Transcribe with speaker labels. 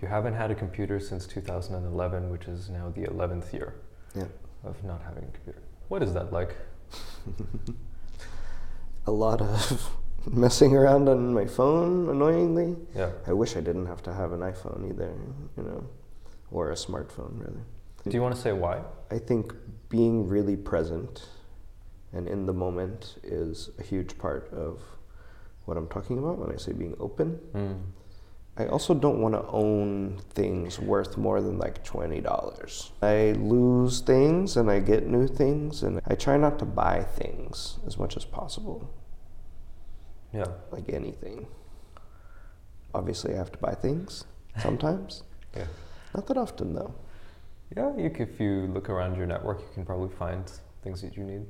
Speaker 1: you haven't had a computer since 2011, which is now the 11th year
Speaker 2: Yeah.
Speaker 1: of not having a computer. What is that like?
Speaker 2: A lot of messing around on my phone, annoyingly.
Speaker 1: Yeah.
Speaker 2: I wish I didn't have to have an iPhone either, you know, or a smartphone, rather.
Speaker 1: Do you want to say why?
Speaker 2: I think being really present and in the moment is a huge part of what I'm talking about when I say being open.
Speaker 1: Mm.
Speaker 2: I also don't want to own things worth more than like $20. I lose things and I get new things, and I try not to buy things as much as possible,
Speaker 1: Yeah.
Speaker 2: like anything. Obviously, I have to buy things sometimes.
Speaker 1: Yeah.
Speaker 2: Not that often, though.
Speaker 1: Yeah, you, c- if you look around your network, you can probably find things that you need.